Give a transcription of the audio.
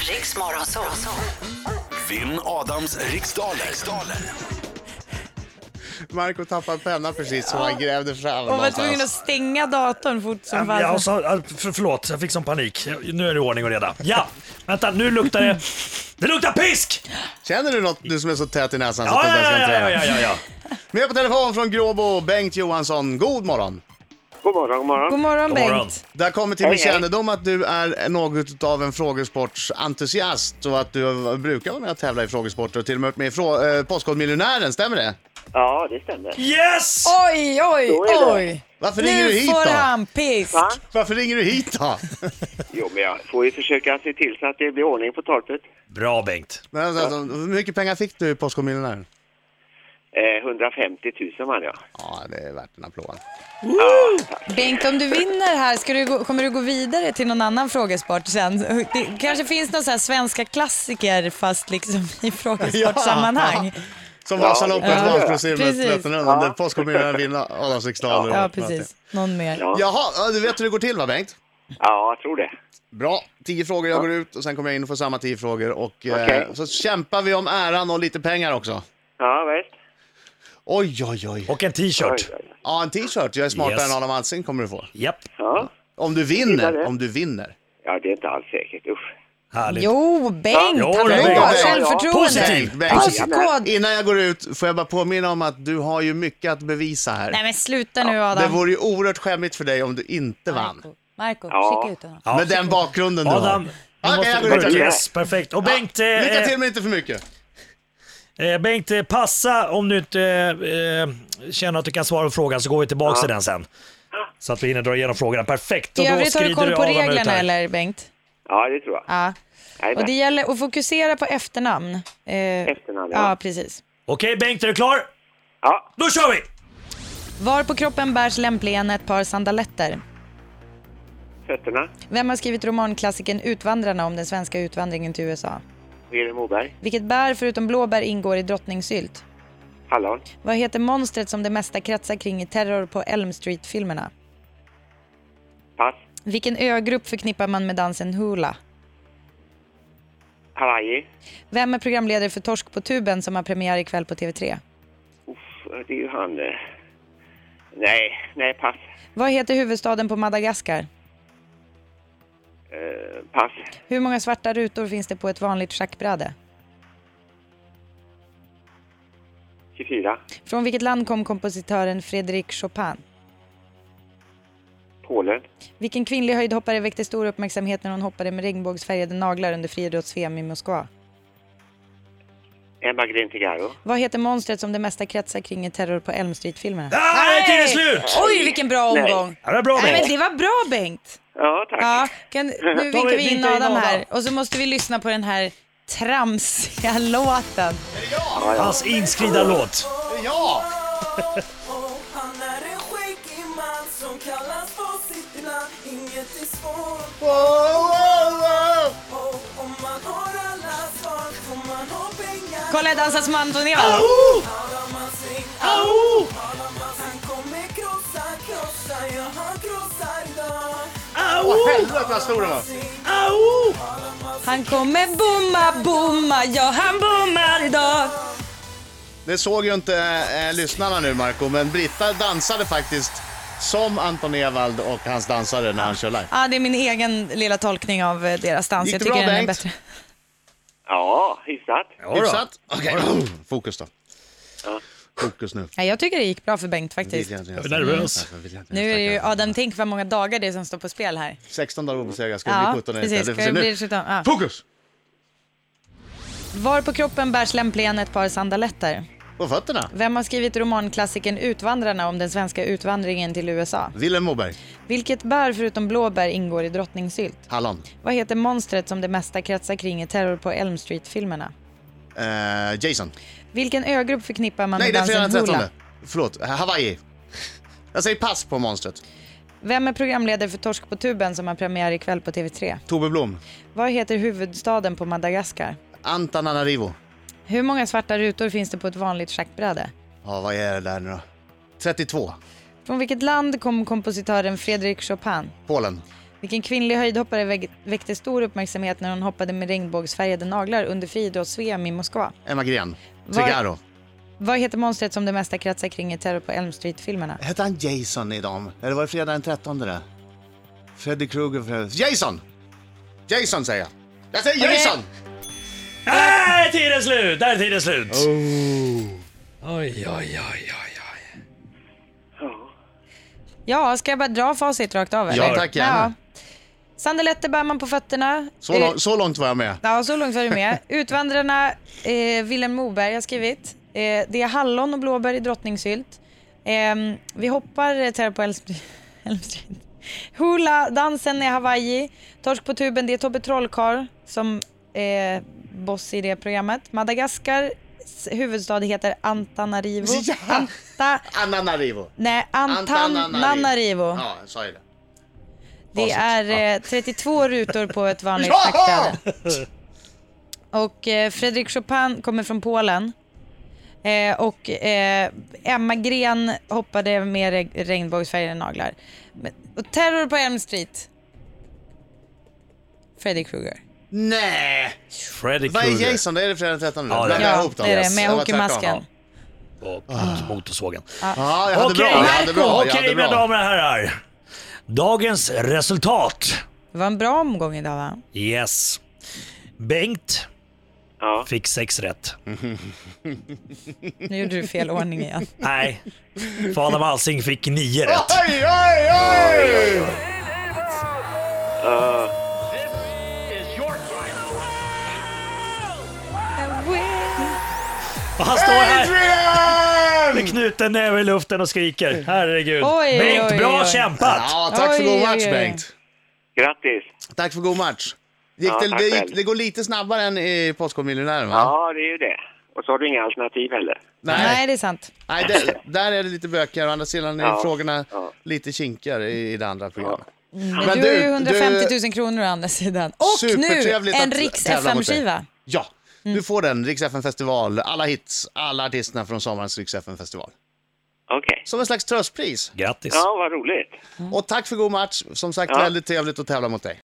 Riks Morgonzoo. Vinn Adams riksdaler. riksdaler. Marco tappade pennan precis som han grävde fram Och var någonstans. tvungen att stänga datorn fort som fan. Ja, alltså, så, ja, för, förlåt, jag fick sån panik. Nu är det ordning och reda. Ja, vänta, nu luktar det... Det luktar pisk! Känner du något, du som är så tät i näsan så Ja, att den ja, där ska ja, ja, ja, inte ja, ja. Med på telefon från Gråbo, Bengt Johansson. God morgon! God morgon, god morgon. God morgon God morgon. Bengt. Det har kommit till Hej, min hej. kännedom att du är något av en frågesportsentusiast och att du brukar vara med och tävla i frågesporter och till och med varit med i frå- eh, Postkodmiljonären, stämmer det? Ja, det stämmer. Yes! Oj, oj, Så är det. oj. Varför ringer Nu du hit får då? han pisk. Va? Varför ringer du hit då? Jo, men jag får ju försöka se till så att det blir ordning på torpet. Bra Bengt. Men alltså, alltså, hur mycket pengar fick du i Postkodmiljonären? Eh, 150 000 man, ja. Ja, det är värt en applåd. Bengt, om du vinner här, ska du gå, kommer du gå vidare till någon annan frågesport sen? Det kanske finns någon sån här svenska klassiker fast liksom i frågesportsammanhang. Som Vasaloppet, Ja, ja. Vasakrosimmet, Precis. Vätternrundan, Ja. där Postkodmiljonären vinner Adams riksdaler. Ja, precis. Någon mer. Ja, Jaha, ja, du vet hur det går till va Bengt? ja jag tror det. Bra, tio frågor jag går ut och sen kommer jag in och får samma tio frågor och eh, Okej. så kämpar vi om äran och lite pengar också. Ja, visst. Oj, oj, oj. Och en t-shirt. Oj, oj, oj. Ja, en t-shirt. Jag är smartare Yes. än Adam Alsing kommer du få. Japp, Ja. Om du Gillar vinner, det. om du vinner. ja, det är inte alls säkert. Usch. härligt. Jo, Bengt, Ja, han det är har Bengt. bra Ja, ja. självförtroende. Positiv. Bengt, Bengt, Postkod. innan jag går ut får jag bara påminna om att du har ju mycket att bevisa Nej här. men sluta nu Det Adam. vore ju oerhört skämmigt för dig om du inte vann. Marco, Marco Ja. skicka ut honom. Ja. Med den bakgrunden du Adam, har. du Okej, jag går måste ut. gå ut. Jag går ut. Yes, perfekt. Och Bengt, eh, Lycka till men inte för mycket. eh, Bengt, eh, passa om du inte eh, känner att du kan svara på frågan så går vi tillbaka till den sen. Så att vi hinner dra igenom frågorna perfekt. Och I då övrigt har du skrider koll på Adam ut här. reglerna eller Bengt? Ja, det tror jag. Ja. Nej, Och det nej. gäller att fokusera på efternamn. Eh, Efternamn, ja. ja. precis. Okej Bengt, är du klar? Ja, Då kör vi! Var på kroppen bärs lämpligen ett par sandaletter? fötterna. Vem har skrivit romanklassikern Utvandrarna om den svenska utvandringen till USA? Wilhelm Moberg. Vilket bär förutom blåbär ingår i drottningsylt? Hallon. Vad heter monstret som det mesta kretsar kring i Terror på Elm Street-filmerna? Pass. Vilken ögrupp förknippar man med dansen Hula? Hawaii. Vem är programledare för Torsk på tuben som har premiär ikväll på TV3? Uff, det är ju han. eh. Nej, nej, pass. Vad heter huvudstaden på Madagaskar? Eh, pass. Hur många svarta rutor finns det på ett vanligt schackbräde? 24. Från vilket land kom kompositören Frédéric Chopin? Polen. Vilken kvinnlig höjdhoppare väckte stor uppmärksamhet när hon hoppade med regnbågsfärgade naglar under friidrotts-VM i Moskva? Emma Green Tigaro. Vad heter monstret som det mesta kretsar kring i Terror på Elm Street-filmerna? Ah, nej, tiden är slut! Oj, vilken bra Nej. omgång! Ja, det var bra Nej, men Bengt. det var bra Bengt! Ja, tack. Ja, kan, nu vinkar Då vi in vinkar vi in Adam Adam. här och så måste vi lyssna på den här tramsiga låten. Hans inskrida låt. Ja! Han är en skäggig man som kallas på sitt namn Inget är svårt Wow, wow, wow. och om man har alla svar får man ha pengar Kolla, jag dansar som Antonio! Adam Alsing, Adam Alsing kommer krossa, krossa Ja, han krossar idag Åh, helvete vad stor den var. Han kommer bomma, bomma, ja han bommar idag! Det såg ju inte eh, lyssnarna nu Marco, men Britta dansade faktiskt som Anton Ewald och hans dansare när han kör live. Ja, det är min egen lilla tolkning av eh, deras dans. Gick Jag det tycker bra, den är Bengt? bättre. Ja, hyfsat. Ja, då. Hyfsat? Okej, fokus då. Fokus nu. Ja, jag tycker det gick bra för Bengt faktiskt. är nervös. Nu är det ju, Adam, tänk vad många dagar det är som står på spel här. 16 dagar obesegrad, ska det Ja, bli 17 eller precis. inte? Ska det nu. bli 17? Ja. Fokus! Var på kroppen bärs lämpligen ett par sandaletter? På fötterna. Vem har skrivit romanklassikern Utvandrarna om den svenska utvandringen till USA? Willem Moberg, Vilket bär förutom blåbär ingår i drottningsylt? hallon. Vad heter monstret som det mesta kretsar kring i Terror på Elm Street-filmerna? Eh, Jason. Vilken ögrupp förknippar man Nej, det med är fredag dansen den 13. Hula? Förlåt, eh, Hawaii. Jag säger pass på monstret. Vem är programledare för Torsk på tuben som har premiär ikväll på TV3? Tove Blom, Vad heter huvudstaden på Madagaskar? Antananarivo. Hur många svarta rutor finns det på ett vanligt schackbräde? Ja, vad är det där nu då? 32. Från vilket land kom kompositören Frédéric Chopin? Polen. Vilken kvinnlig höjdhoppare väg- väckte stor uppmärksamhet när hon hoppade med regnbågsfärgade naglar under friidrotts-VM i Moskva? Emma Gren. Var- Figaro. Vad heter monstret som det mesta kretsar kring i Terror på Elm Street-filmerna? Hette han Jason i dem? Eller var det fredag den 13 det? Freddy Krueger. Fred- Jason! Jason säger jag. Jag säger Okej. Jason! Där är tiden slut! Där är tiden slut! Oj, oj, oj, oj, oj. Ja. Ja, ska jag bara dra facit rakt av? eller? Ja tack gärna. Sandaletter bär man på fötterna. Så, Eh, lång, så långt var jag med. Ja, så långt var du med. Utvandrarna, eh, Willem Moberg har skrivit. Eh, det är hallon och blåbär i drottningsylt. Eh, vi hoppar eh, Terror på Elm Street- Elm Street. Hula, dansen är Hawaii. Torsk på tuben, det är Tobbe Trollkarl som eh, boss i det programmet. Madagaskars huvudstad heter Antananarivo. Ja. Anta, Ananarivo. nej, Antananarivo. Ja, jag sa ju det. Det Facit. är eh, 32 rutor på ett vanligt Jaha! taktbräde. Och eh, Fredrik Chopin kommer från Polen. Eh, och eh, Emma Gren hoppade med reg- regnbågsfärgade naglar. Men, och Terror på Elm Street. Freddy Krueger. Nej! Freddy Vad är Krueger Jason? Det är det fredag den 13 nu? Ja, det är Blandar det. jag Ja, ihop det dem? är Yes. det. Med var tvärtom. hockeymasken. och motorsågen. Ah. Ja, jag hade Okej, bra. Jag hade bra. Jag okej, hade mina bra. damer och herrar. Dagens resultat. Det var en bra omgång idag va? Yes. Bengt Ja. fick sex rätt. Nu gjorde du fel ordning igen. Nej, för Adam Alsing fick nio rätt. Oj, oj, oj! Och han står här Adrian! med knuten näve i luften och skriker. Herregud. Oj, Bengt, oj, bra oj. kämpat! Ja, tack för Oj, god oj, match oj. Bengt. Grattis! Tack för god match. Gick Ja, det, tack det, gick, själv. det går lite snabbare än i Postkodmiljonären va? Ja, det är ju det. Och så har du inga alternativ heller. Nej, Nej, Nej. det är sant. det, där är det lite bökigare. Å andra sidan är Ja, frågorna ja. lite kinkigare i, i det andra programmet. Men, Men du, du- har ju 150 000 du- kronor å andra sidan. Och nu Supertrevligt en att riks Mm. tävla mot dig. FM-skiva. Ja, du får den. Rix FM-festival. Alla hits, alla artisterna från sommarens Rix FM-festival. Okej. Som en slags tröstpris. Grattis. Ja, vad roligt. Och tack för god match. Som sagt, Ja. väldigt trevligt att tävla mot dig.